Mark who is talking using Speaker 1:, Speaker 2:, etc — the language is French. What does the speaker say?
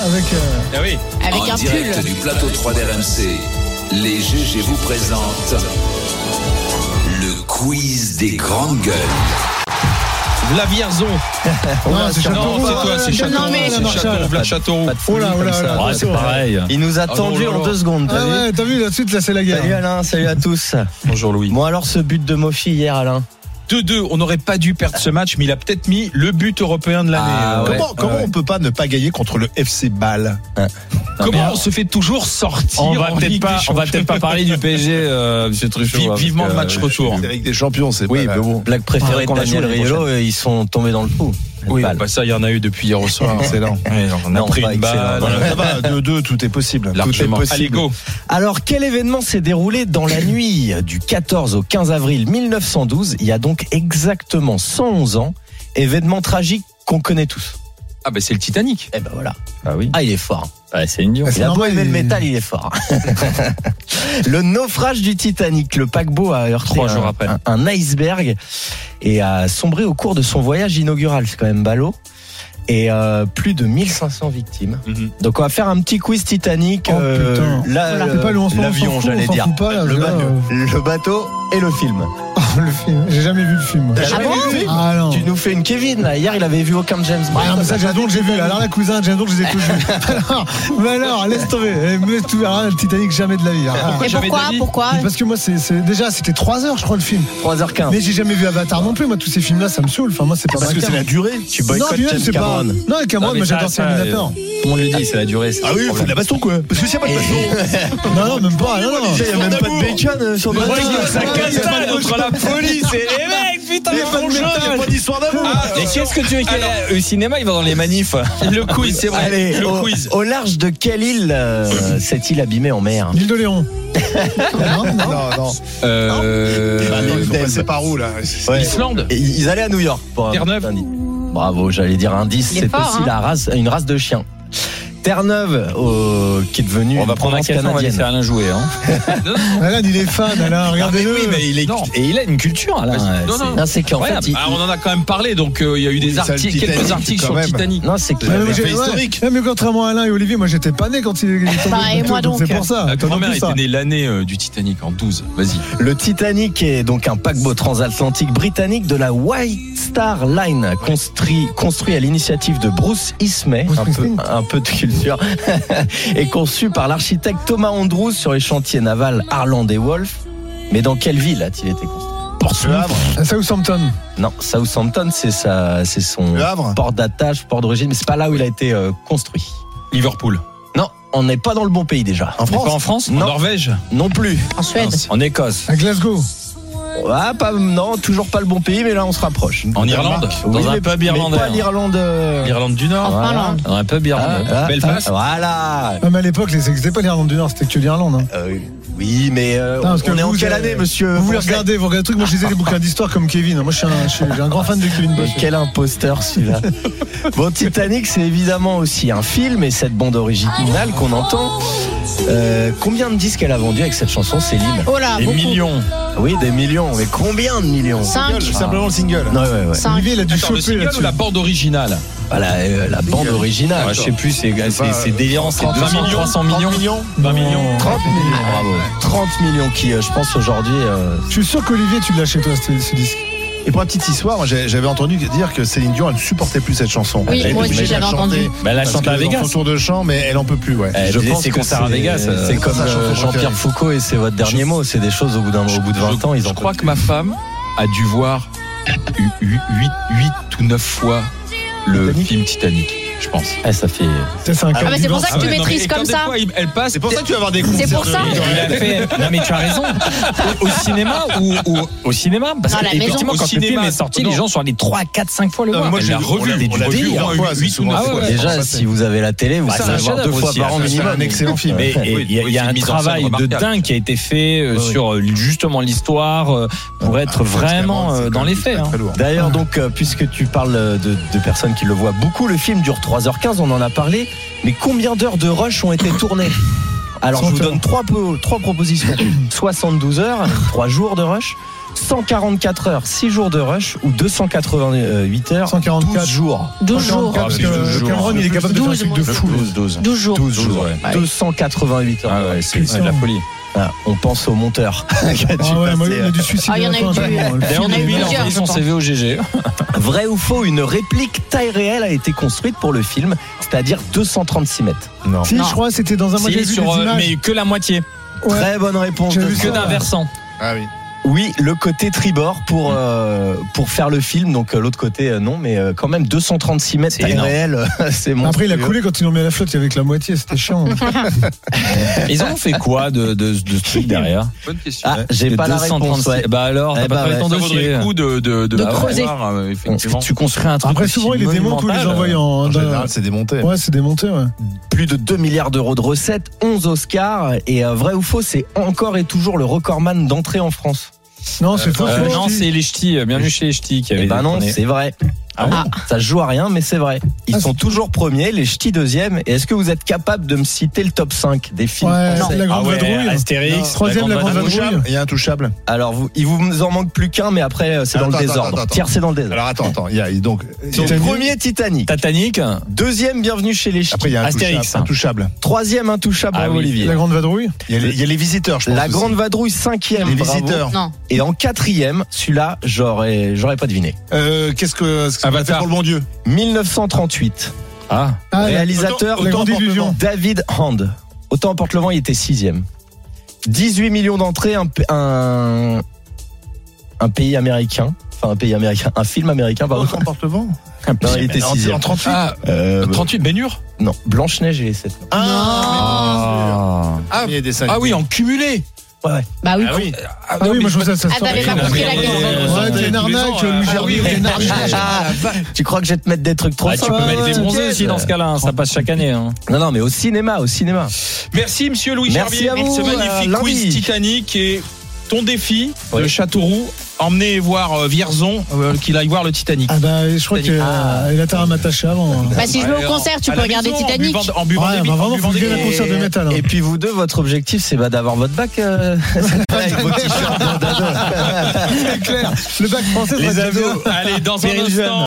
Speaker 1: avec. euh,
Speaker 2: Ah oui.
Speaker 3: Avec un
Speaker 4: en direct
Speaker 3: pull.
Speaker 4: du plateau 3 d'RMC, les GG vous présentent le quiz des grandes gueules.
Speaker 2: La Vierzon.
Speaker 1: non, c'est
Speaker 2: Non,
Speaker 1: Châteauroux,
Speaker 2: c'est
Speaker 1: là.
Speaker 2: toi, c'est
Speaker 3: Non,
Speaker 2: Châteauroux.
Speaker 3: mais-
Speaker 2: C'est Châteauroux, Vlad Châteauroux.
Speaker 1: Oh là, oh là, oh là.
Speaker 5: Ah, c'est pareil.
Speaker 6: Il nous a
Speaker 2: Ah,
Speaker 6: tendu
Speaker 2: bon, bon,
Speaker 6: en
Speaker 2: bon.
Speaker 6: deux secondes. t'as
Speaker 1: Ah
Speaker 6: vu
Speaker 1: ouais, t'as vu, la suite, là, c'est la
Speaker 6: Salut
Speaker 1: guerre.
Speaker 6: Alain, salut à tous.
Speaker 2: Bonjour Louis.
Speaker 6: Bon alors ce but de Mofi hier Alain.
Speaker 2: 2-2, on n'aurait pas dû perdre ce match, mais il a peut-être mis le but européen de l'année.
Speaker 6: Ah,
Speaker 2: Euh,
Speaker 6: ouais.
Speaker 2: Comment,
Speaker 7: Comment, comment on peut pas ne pas gagner contre le FC Bâle
Speaker 2: comment on se fait toujours sortir
Speaker 5: On va
Speaker 2: en
Speaker 5: peut-être
Speaker 2: Ligue
Speaker 5: pas,
Speaker 2: des
Speaker 5: on va
Speaker 2: Champions
Speaker 5: peut-être pas parler du PSG, euh, Monsieur Truchot.
Speaker 2: Vive-
Speaker 5: hein, parce
Speaker 2: Vivement
Speaker 5: que-
Speaker 2: le match retour.
Speaker 7: C'est avec des champions, c'est
Speaker 6: Oui,
Speaker 7: pas mais bon.
Speaker 6: Blague préférée de
Speaker 5: qu'on la joue
Speaker 6: Daniel
Speaker 5: l'année
Speaker 6: Riolo, euh, ils sont tombés dans le trou.
Speaker 2: Oui,
Speaker 6: Balle.
Speaker 2: bah ça, il y en a eu depuis hier au soir.
Speaker 7: Excellent.
Speaker 2: Ouais, on a
Speaker 6: Non,
Speaker 2: pris
Speaker 6: pas
Speaker 2: une
Speaker 6: excellent.
Speaker 2: balle.
Speaker 7: Ça va, 2-2, tout est possible.
Speaker 2: Largement.
Speaker 7: Tout est
Speaker 2: Allez,
Speaker 7: possible.
Speaker 2: go.
Speaker 6: Alors quel événement s'est déroulé dans la nuit du 14 au 15 avril 1912 Il y a donc exactement 111 ans, événement tragique qu'on connaît tous.
Speaker 2: Ah, bah, c'est le Titanic.
Speaker 6: Eh ben voilà.
Speaker 5: Ah oui.
Speaker 6: Ah il est fort.
Speaker 5: Ah, c'est une
Speaker 6: Il a beau
Speaker 1: normal,
Speaker 6: aimer le
Speaker 1: il-
Speaker 6: métal, il est fort. le naufrage du Titanic, le paquebot a heurté
Speaker 5: Trois
Speaker 6: un,
Speaker 5: jours après.
Speaker 6: un- un iceberg et a sombré au cours de son voyage inaugural. C'est quand même ballot. Et euh, plus de 1500 victimes.
Speaker 2: Mhm.
Speaker 6: Donc on va faire un petit quiz Titanic.
Speaker 1: Oh, putain.
Speaker 6: là,
Speaker 1: Voilà.
Speaker 6: euh,
Speaker 1: C'est pas le- on s'en- on s'en
Speaker 6: l'avion,
Speaker 1: fout, on
Speaker 6: j'allais
Speaker 1: s'en
Speaker 6: dire.
Speaker 1: fout pas, là,
Speaker 6: le,
Speaker 1: parce que là,
Speaker 6: bateau, le bateau et le film.
Speaker 1: Le film. J'ai jamais vu le film.
Speaker 6: Ah
Speaker 3: jamais vu le
Speaker 6: film
Speaker 1: Ah non.
Speaker 6: Tu nous fais une Kevin là. Hier il avait vu aucun James Bond.
Speaker 1: Ah non, mais ça, j'adore que j'ai vu. Alors, la cousin, j'adore que je les ai tous vus. Alors, mais alors, laisse tomber. Eh, mais tout- alors, le Titanic, jamais de la vie. Ah.
Speaker 2: Pourquoi
Speaker 3: Et
Speaker 2: j'avais
Speaker 3: pourquoi
Speaker 2: Dali
Speaker 3: Pourquoi
Speaker 1: Mais Parce que moi, c'est c'est- déjà, c'était 3 heures, je crois, le film.
Speaker 6: 3h15.
Speaker 1: Mais j'ai jamais vu Avatar non plus. Moi, tous ces films-là, ça me saoule. Enfin, moi, c'est pas
Speaker 7: Parce
Speaker 1: ma
Speaker 7: que
Speaker 1: cam.
Speaker 7: c'est la durée.
Speaker 6: Tu
Speaker 1: Non,
Speaker 6: boycottes
Speaker 1: puis même,
Speaker 6: James
Speaker 1: c'est pas.
Speaker 6: Cameron.
Speaker 1: Non, et Cameron,
Speaker 5: mais
Speaker 1: moi,
Speaker 5: ça,
Speaker 1: j'adore
Speaker 5: ça,
Speaker 1: Terminator.
Speaker 5: Tout le monde le dit, c'est la durée. c'est
Speaker 7: Ah
Speaker 5: le
Speaker 7: oui, il faut de
Speaker 5: problème.
Speaker 7: la baston, quoi. Parce que s'il n'y a pas de baston,
Speaker 1: Non, non, même pas. Non, non.
Speaker 6: Il n'y a même pas de bacon euh, sur le
Speaker 5: Ouais,
Speaker 6: bateau.
Speaker 5: ça castane entre la police et les mecs, putain,
Speaker 7: il n'y
Speaker 5: ils
Speaker 7: a pas de
Speaker 5: font
Speaker 7: métal, il n'y a pas
Speaker 5: jaune.
Speaker 7: d'histoire d'amour.
Speaker 5: Ah, mais qu'est-ce que tu veux qu'il aille au cinéma, il va dans les manifs.
Speaker 2: Le quiz, c'est vrai.
Speaker 6: Allez, Oh.
Speaker 2: le
Speaker 6: au,
Speaker 2: quiz.
Speaker 6: au large de quelle île euh, cette île abîmée en mer
Speaker 1: L'île de Léon. Non, non.
Speaker 7: Non, non. Ah, non,
Speaker 2: Euh,
Speaker 7: ils sont passés par où, là
Speaker 6: Ouais.
Speaker 2: Islande.
Speaker 6: Et Ils allaient à New York. pour un-
Speaker 2: Terre-Neuve.
Speaker 6: un- Bravo, j'allais dire indice.
Speaker 3: Il est
Speaker 6: C'est
Speaker 3: fort,
Speaker 6: aussi
Speaker 3: hein.
Speaker 6: la race, une race de chiens. Terre-Neuve, au- qui est devenue
Speaker 5: On
Speaker 6: une
Speaker 5: va prendre un
Speaker 6: province
Speaker 5: café, on va
Speaker 6: canadienne.
Speaker 5: laisser Alain jouer. Hein.
Speaker 1: Alain, il est fan,
Speaker 5: Ah,
Speaker 1: Alain.
Speaker 5: mais oui,
Speaker 1: Regardez-le.
Speaker 5: mais il est,
Speaker 2: Non.
Speaker 5: et il a une culture, Alain.
Speaker 6: Ah,
Speaker 2: Non,
Speaker 6: c'est-
Speaker 2: non.
Speaker 6: non, c'est qu'en fait,
Speaker 2: Incroyable.
Speaker 6: il-
Speaker 2: Ah, on en a quand même parlé, donc euh, il y a eu des
Speaker 7: ça, le
Speaker 2: articles, quelques
Speaker 7: Titanic,
Speaker 2: articles
Speaker 7: quand
Speaker 2: sur le
Speaker 7: même.
Speaker 2: Titanic. Euh,
Speaker 6: non, c'est qu'il
Speaker 1: Ouais, Ah, mais
Speaker 6: avait
Speaker 1: j'ai-
Speaker 6: fait-
Speaker 1: ouais. Ouais, mais contrairement à Alain et Olivier, moi j'étais pas né quand il est tombé.
Speaker 3: Bah, et
Speaker 1: plutôt,
Speaker 3: moi
Speaker 1: donc
Speaker 3: donc.
Speaker 1: C'est pour ça.
Speaker 2: La
Speaker 1: T'as
Speaker 2: grand-mère
Speaker 1: entendu ça.
Speaker 2: était née l'année euh, du Titanic, en 12. Vas-y.
Speaker 6: Le Titanic est donc un paquebot transatlantique britannique de la White Star Line, construit, construit à l'initiative de Bruce Ismay,
Speaker 1: Bruce
Speaker 6: un peu,
Speaker 1: Springsteen.
Speaker 6: un peu de culture, et conçu par l'architecte Thomas Andrews sur les chantiers navals Harland et Wolff. Mais dans quelle ville a-t-il été construit
Speaker 7: Le Havre.
Speaker 1: Southampton.
Speaker 6: Non, Southampton, c'est sa- c'est son
Speaker 7: Le Havre.
Speaker 6: port d'attache, port d'origine, mais c'est pas là où il a été euh, construit.
Speaker 2: Liverpool.
Speaker 6: Non, on n'est pas dans le bon pays déjà.
Speaker 7: En
Speaker 5: On est
Speaker 7: France
Speaker 5: pas en France
Speaker 2: En
Speaker 6: Non.
Speaker 2: Norvège.
Speaker 6: Non plus.
Speaker 3: En Suède.
Speaker 5: En Écosse.
Speaker 1: À Glasgow.
Speaker 6: Ah, pas, non, toujours pas le bon pays, mais là on se rapproche.
Speaker 2: En Irlande.
Speaker 5: Dans
Speaker 6: Oui,
Speaker 5: un
Speaker 6: mais-
Speaker 5: pub
Speaker 6: mais
Speaker 5: irlandais,
Speaker 6: Pas
Speaker 5: hein. euh,
Speaker 6: l'Irlande. euh,
Speaker 2: L'Irlande du
Speaker 3: En
Speaker 2: Nord.
Speaker 6: Voilà.
Speaker 3: Finlande.
Speaker 5: Dans un pub
Speaker 6: Ah,
Speaker 5: irlandais.
Speaker 6: ah,
Speaker 2: Belfast.
Speaker 6: ah, Voilà.
Speaker 1: Ah, mais à l'époque, les- c'était pas l'Irlande du Nord, c'était que l'Irlande. hein.
Speaker 6: Euh, oui, mais euh,
Speaker 1: Non, parce que
Speaker 6: on est en
Speaker 1: vous,
Speaker 6: quelle
Speaker 1: euh,
Speaker 6: année, monsieur
Speaker 1: Vous, vous
Speaker 6: Fourcade
Speaker 1: les regardez, vous regardez le truc. Moi, je lisais des bouquins d'histoire comme Kevin. Moi, je suis un, je suis- j'ai un grand fan de Kevin
Speaker 6: Mais
Speaker 1: Bosch.
Speaker 6: quel imposteur celui-là Bon, Titanic, c'est évidemment aussi un film et cette bande originale qu'on entend. euh, combien de disques elle a vendu avec cette chanson, Céline
Speaker 3: Oh là,
Speaker 5: Des
Speaker 3: beaucoup.
Speaker 5: millions.
Speaker 6: Oui, des millions. Mais combien de millions
Speaker 3: Cinq. Ah.
Speaker 7: Single, Simplement Ah. le single.
Speaker 6: Non, ouais, ouais.
Speaker 3: Cinq.
Speaker 1: Olivier, il a dû
Speaker 2: Attends, le
Speaker 1: choper
Speaker 2: single
Speaker 1: là-dessus.
Speaker 2: ou la bande originale
Speaker 6: Voilà, euh, la bande originale.
Speaker 5: Ah, je sais plus, c'est c'est- c'est délirant.
Speaker 1: euh,
Speaker 5: C'est
Speaker 2: 30
Speaker 5: 200,
Speaker 2: millions.
Speaker 5: 300
Speaker 7: 30
Speaker 5: millions.
Speaker 7: millions
Speaker 2: 20 millions.
Speaker 6: 30 millions.
Speaker 5: Ah,
Speaker 6: Bravo. 30 millions qui, euh, je pense, aujourd'hui. euh,
Speaker 1: Je suis sûr qu'Olivier, tu l'as chez toi, ce, ce disque.
Speaker 7: Et pour la petite histoire, moi, j'ai- j'avais entendu dire que Céline Dion, elle ne supportait plus cette chanson.
Speaker 3: Oui,
Speaker 7: Elle était
Speaker 3: moi
Speaker 7: obligée
Speaker 3: aussi,
Speaker 7: de la
Speaker 3: j'avais
Speaker 7: chanter
Speaker 3: entendu.
Speaker 5: Bah, la
Speaker 7: parce
Speaker 5: chante à
Speaker 7: que dans
Speaker 5: Vegas.
Speaker 7: son tour de chant, mais elle en peut plus, ouais.
Speaker 5: Eh,
Speaker 6: je
Speaker 5: les
Speaker 6: pense que
Speaker 5: concerts à
Speaker 6: c'est-
Speaker 5: Vegas, euh,
Speaker 6: C'est
Speaker 5: c'est
Speaker 6: comme
Speaker 7: ça, je
Speaker 6: euh,
Speaker 7: comprends
Speaker 6: Jean-Pierre
Speaker 7: que-
Speaker 6: Foucault et c'est votre dernier mot. C'est des choses au bout d'un au bout de 20 ans, ils
Speaker 2: je
Speaker 6: en
Speaker 2: crois
Speaker 6: peuvent
Speaker 2: que ma femme a dû voir 8, ou 9 fois le film Titanic, Ah, je pense.
Speaker 6: plus. Eh, ça fait.
Speaker 1: Ça, C'est un
Speaker 3: Ah, mais c'est pour ça que tu
Speaker 2: ouais, non,
Speaker 3: maîtrises
Speaker 2: mais
Speaker 3: comme
Speaker 2: quand des
Speaker 3: ça.
Speaker 2: fois, il- elle passe.
Speaker 7: C'est pour ça que tu vas avoir des
Speaker 3: C'est pour ça.
Speaker 5: Il a fait. Non mais tu as raison. Au, au cinéma ou ou- au cinéma parce
Speaker 3: Non, à la
Speaker 5: que
Speaker 3: maison.
Speaker 5: effectivement
Speaker 2: Au
Speaker 5: quand le film
Speaker 2: cinéma,
Speaker 5: est sorti,
Speaker 2: non.
Speaker 5: les gens sont allés 3 4 5 fois le
Speaker 7: Non,
Speaker 5: voir.
Speaker 7: mais moi,
Speaker 5: Elle
Speaker 7: j'ai
Speaker 5: l'a
Speaker 7: vu-
Speaker 5: revu.
Speaker 7: on l'a- on l'a
Speaker 2: du
Speaker 7: vu
Speaker 2: délire.
Speaker 7: au moins huit ou neuf
Speaker 5: Ah ouais,
Speaker 7: fois.
Speaker 5: ouais.
Speaker 6: Déjà, si vous avez la télé, vous
Speaker 5: Bah, c'est
Speaker 6: savez
Speaker 5: un
Speaker 6: voir deux
Speaker 5: chef-d'œuvre
Speaker 6: fois
Speaker 5: aussi,
Speaker 6: par an
Speaker 5: hein,
Speaker 7: C'est
Speaker 6: minimum.
Speaker 7: un excellent film.
Speaker 5: Mais
Speaker 6: Ouais.
Speaker 5: il y a, il y a
Speaker 2: Oui,
Speaker 5: un
Speaker 2: c'est une
Speaker 5: travail
Speaker 2: mise en scène
Speaker 5: de
Speaker 2: remarquable.
Speaker 5: dingue qui a été fait euh,
Speaker 6: Ouais, ouais.
Speaker 5: sur euh, justement l'histoire euh, pour être vraiment euh, dans les faits. hein.
Speaker 7: Très lourd.
Speaker 6: D'ailleurs, donc, euh, puisque tu parles euh, de, de personnes qui le voient beaucoup, le film dure 3h15, on en a parlé. Mais combien d'heures de rush ont été tournées Alors, je vous
Speaker 1: 30 heures.
Speaker 6: donne trois, po- trois propositions 72 heures, 3 jours de rush, 144 heures, 6 jours de rush ou 288 heures,
Speaker 1: 144
Speaker 6: 12 jours.
Speaker 3: 12 jours.
Speaker 1: 144, parce que
Speaker 5: Ah, mais douze
Speaker 1: Cameron, il est capable de faire un truc de fou.
Speaker 2: 12, 12.
Speaker 3: 12 jours.
Speaker 6: 12
Speaker 2: jours,
Speaker 6: jours.
Speaker 2: ouais.
Speaker 6: 288 heures.
Speaker 2: Ah ouais, c'est c'est de la folie.
Speaker 6: Ah, on pense au monteur. qui
Speaker 1: Ah
Speaker 6: a dû
Speaker 1: ouais,
Speaker 6: passer,
Speaker 1: moi, lui, il
Speaker 6: euh,
Speaker 1: a du suicide.
Speaker 3: Ah, il y en a eu
Speaker 1: hein.
Speaker 3: du-
Speaker 5: D'ailleurs,
Speaker 3: Il y en a eu
Speaker 5: Nabil a
Speaker 3: plusieurs,
Speaker 5: envoyé
Speaker 3: je
Speaker 5: son
Speaker 3: pense.
Speaker 5: CV au GG.
Speaker 6: Vrai ou faux, une réplique taille réelle a été construite pour le film, c'est-à-dire 236 mètres.
Speaker 7: Non.
Speaker 1: Si,
Speaker 5: Non.
Speaker 1: je crois, c'était dans un
Speaker 5: Si,
Speaker 1: modèle
Speaker 5: sur, euh, mais que la moitié,
Speaker 1: Ouais.
Speaker 6: Très bonne réponse.
Speaker 1: J'ai
Speaker 6: de
Speaker 1: vu
Speaker 5: que
Speaker 1: ça.
Speaker 6: Sarah.
Speaker 5: d'un versant.
Speaker 7: Ah oui.
Speaker 6: Oui, le côté tribord pour euh, pour faire le film, donc euh, l'autre côté euh, non, mais euh, quand même 236 mètres
Speaker 5: C'est
Speaker 6: taille
Speaker 5: énorme.
Speaker 6: réelle, euh, c'est mon.
Speaker 1: Après, il a coulé quand ils l'ont mis à la flotte, il y avait que la moitié, c'était chiant.
Speaker 5: Ils en ont fait quoi de, de, de ce truc derrière
Speaker 2: Bonne question.
Speaker 6: Ah, j'ai
Speaker 5: De
Speaker 6: pas la réponse.
Speaker 5: 236.
Speaker 6: ouais.
Speaker 5: Bah alors,
Speaker 6: Eh
Speaker 5: t'as
Speaker 6: bah
Speaker 5: pas fait
Speaker 6: ouais.
Speaker 5: ton
Speaker 2: Ça vaudrait
Speaker 5: dossier.
Speaker 2: le coup de, de, de,
Speaker 3: De
Speaker 2: bah,
Speaker 3: creuser.
Speaker 2: voir, euh, effectivement.
Speaker 5: Tu construis un truc.
Speaker 1: Après,
Speaker 5: aussi
Speaker 1: souvent, il les démontent ou les
Speaker 5: monumental.
Speaker 1: envoient en.
Speaker 7: En
Speaker 1: dans-
Speaker 7: général, c'est démonté.
Speaker 1: Ouais, c'est des monteurs. ouais.
Speaker 6: Plus de 2 milliards d'euros de recettes, 11 Oscars et euh, vrai ou faux, c'est encore et toujours le recordman d'entrée en France.
Speaker 1: Non, c'est faux.
Speaker 5: Euh,
Speaker 1: faux,
Speaker 5: non,
Speaker 1: je dis.
Speaker 5: c'est les ch'tis. Bienvenue chez les ch'tis qui
Speaker 6: Eh
Speaker 5: avaient
Speaker 6: ben non,
Speaker 5: détourné.
Speaker 6: c'est vrai.
Speaker 5: Ah bon
Speaker 6: Ça se joue à rien, mais c'est vrai. Ils
Speaker 1: Ah,
Speaker 6: sont toujours premiers, les ch'tis deuxièmes. Et est-ce que vous êtes capable de me citer le top 5 des films
Speaker 1: Ouais,
Speaker 6: français
Speaker 1: la
Speaker 5: Ah
Speaker 1: grande
Speaker 5: ouais,
Speaker 1: vadrouille.
Speaker 5: Astérix,
Speaker 1: Non. Troisième, la grande vadrouille.
Speaker 7: Intouchable. Il y a intouchable.
Speaker 6: Alors, vous, il vous en manque plus qu'un, mais après, euh, c'est dans
Speaker 7: Attends,
Speaker 6: le
Speaker 7: attends,
Speaker 6: désordre.
Speaker 7: attends, attends.
Speaker 6: Tiens, c'est dans le désordre.
Speaker 7: Alors attends, attends. Il y a donc.
Speaker 6: Donc,
Speaker 1: Titanic.
Speaker 6: premier Titanic.
Speaker 5: Titanic,
Speaker 6: Deuxième, bienvenue chez les ch'tis.
Speaker 7: Après, il y a intouchable.
Speaker 5: Astérix.
Speaker 7: Intouchable.
Speaker 6: Troisième, intouchable,
Speaker 5: Ah
Speaker 6: bravo,
Speaker 5: oui.
Speaker 6: Olivier.
Speaker 1: La grande vadrouille.
Speaker 7: Il y a les- il y a les visiteurs, je pense.
Speaker 6: La
Speaker 7: aussi.
Speaker 6: Grande Vadrouille, cinquième,
Speaker 7: Les
Speaker 6: bravo.
Speaker 7: visiteurs.
Speaker 3: Non.
Speaker 6: Et en quatrième, celui-là, j'aurais, j'aurais pas deviné.
Speaker 7: Euh, Qu'est-ce que. ce que ça va
Speaker 5: Avatar.
Speaker 7: faire pour le bon Dieu
Speaker 6: 1938.
Speaker 5: ah,
Speaker 1: Ah, la-
Speaker 6: réalisateur
Speaker 1: la grande illusion.
Speaker 6: David Hand. Autant emporte le vent, il était sixième. 18 millions d'entrées, un, p- un, un pays américain. Enfin, un pays américain, un film américain, pardon.
Speaker 7: Autant porte le vent.
Speaker 6: Non, il était
Speaker 7: En-
Speaker 6: sixième.
Speaker 7: En 38.
Speaker 5: ah
Speaker 6: Euh,
Speaker 5: 38, Bénur
Speaker 6: non, Blanche-Neige et les sept. nains.
Speaker 5: ah.
Speaker 7: Ah, il y a des
Speaker 5: Ah oui, en cumulé
Speaker 3: Bah oui.
Speaker 7: oui.
Speaker 1: Ah oui, moi je vois ça, ça
Speaker 3: Ah,
Speaker 1: sort.
Speaker 3: t'avais pas compris la question.
Speaker 2: Ah,
Speaker 1: Ouais, t'es une arnaque, Louis Gerbier, t'es euh, une arnaque.
Speaker 6: Tu crois que je vais te mettre des trucs trop
Speaker 5: Ah, tu peux
Speaker 6: simples
Speaker 5: mettre des bronzés aussi dans ce cas-là, hein, ça passe chaque année. hein.
Speaker 6: Non, non, mais au cinéma, au cinéma.
Speaker 2: Merci, monsieur Louis
Speaker 6: Merci
Speaker 2: Gerbier,
Speaker 6: à
Speaker 2: pour ce
Speaker 6: vous,
Speaker 2: magnifique
Speaker 6: euh, lundi.
Speaker 2: quiz Titanic et ton défi de
Speaker 6: Oui.
Speaker 2: Châteauroux. Emmener voir euh, Vierzon, euh, qu'il aille voir le Titanic.
Speaker 1: Ah bah, je crois euh, qu'il
Speaker 6: Ah.
Speaker 1: a tard à m'attacher avant. hein.
Speaker 3: Bah si je vais
Speaker 2: Ouais,
Speaker 3: au
Speaker 2: en-
Speaker 3: concert, tu
Speaker 2: à
Speaker 3: peux
Speaker 2: la
Speaker 3: regarder
Speaker 2: maison, en
Speaker 3: Titanic.
Speaker 2: buvant- En buvant
Speaker 1: Ouais,
Speaker 2: des
Speaker 1: bah
Speaker 2: bites, en
Speaker 1: vraiment,
Speaker 2: buvant
Speaker 1: faut
Speaker 2: des
Speaker 1: que la
Speaker 2: bites.
Speaker 1: concert de métal. hein.
Speaker 6: Et puis vous deux, votre objectif, c'est bah, d'avoir votre bac. euh, avec vos t-shirts de dado.
Speaker 1: Le bac français, ça va
Speaker 6: Les
Speaker 1: être
Speaker 6: ados.
Speaker 1: bien.
Speaker 2: Allez, dans un
Speaker 6: Péril jeune.
Speaker 2: instant.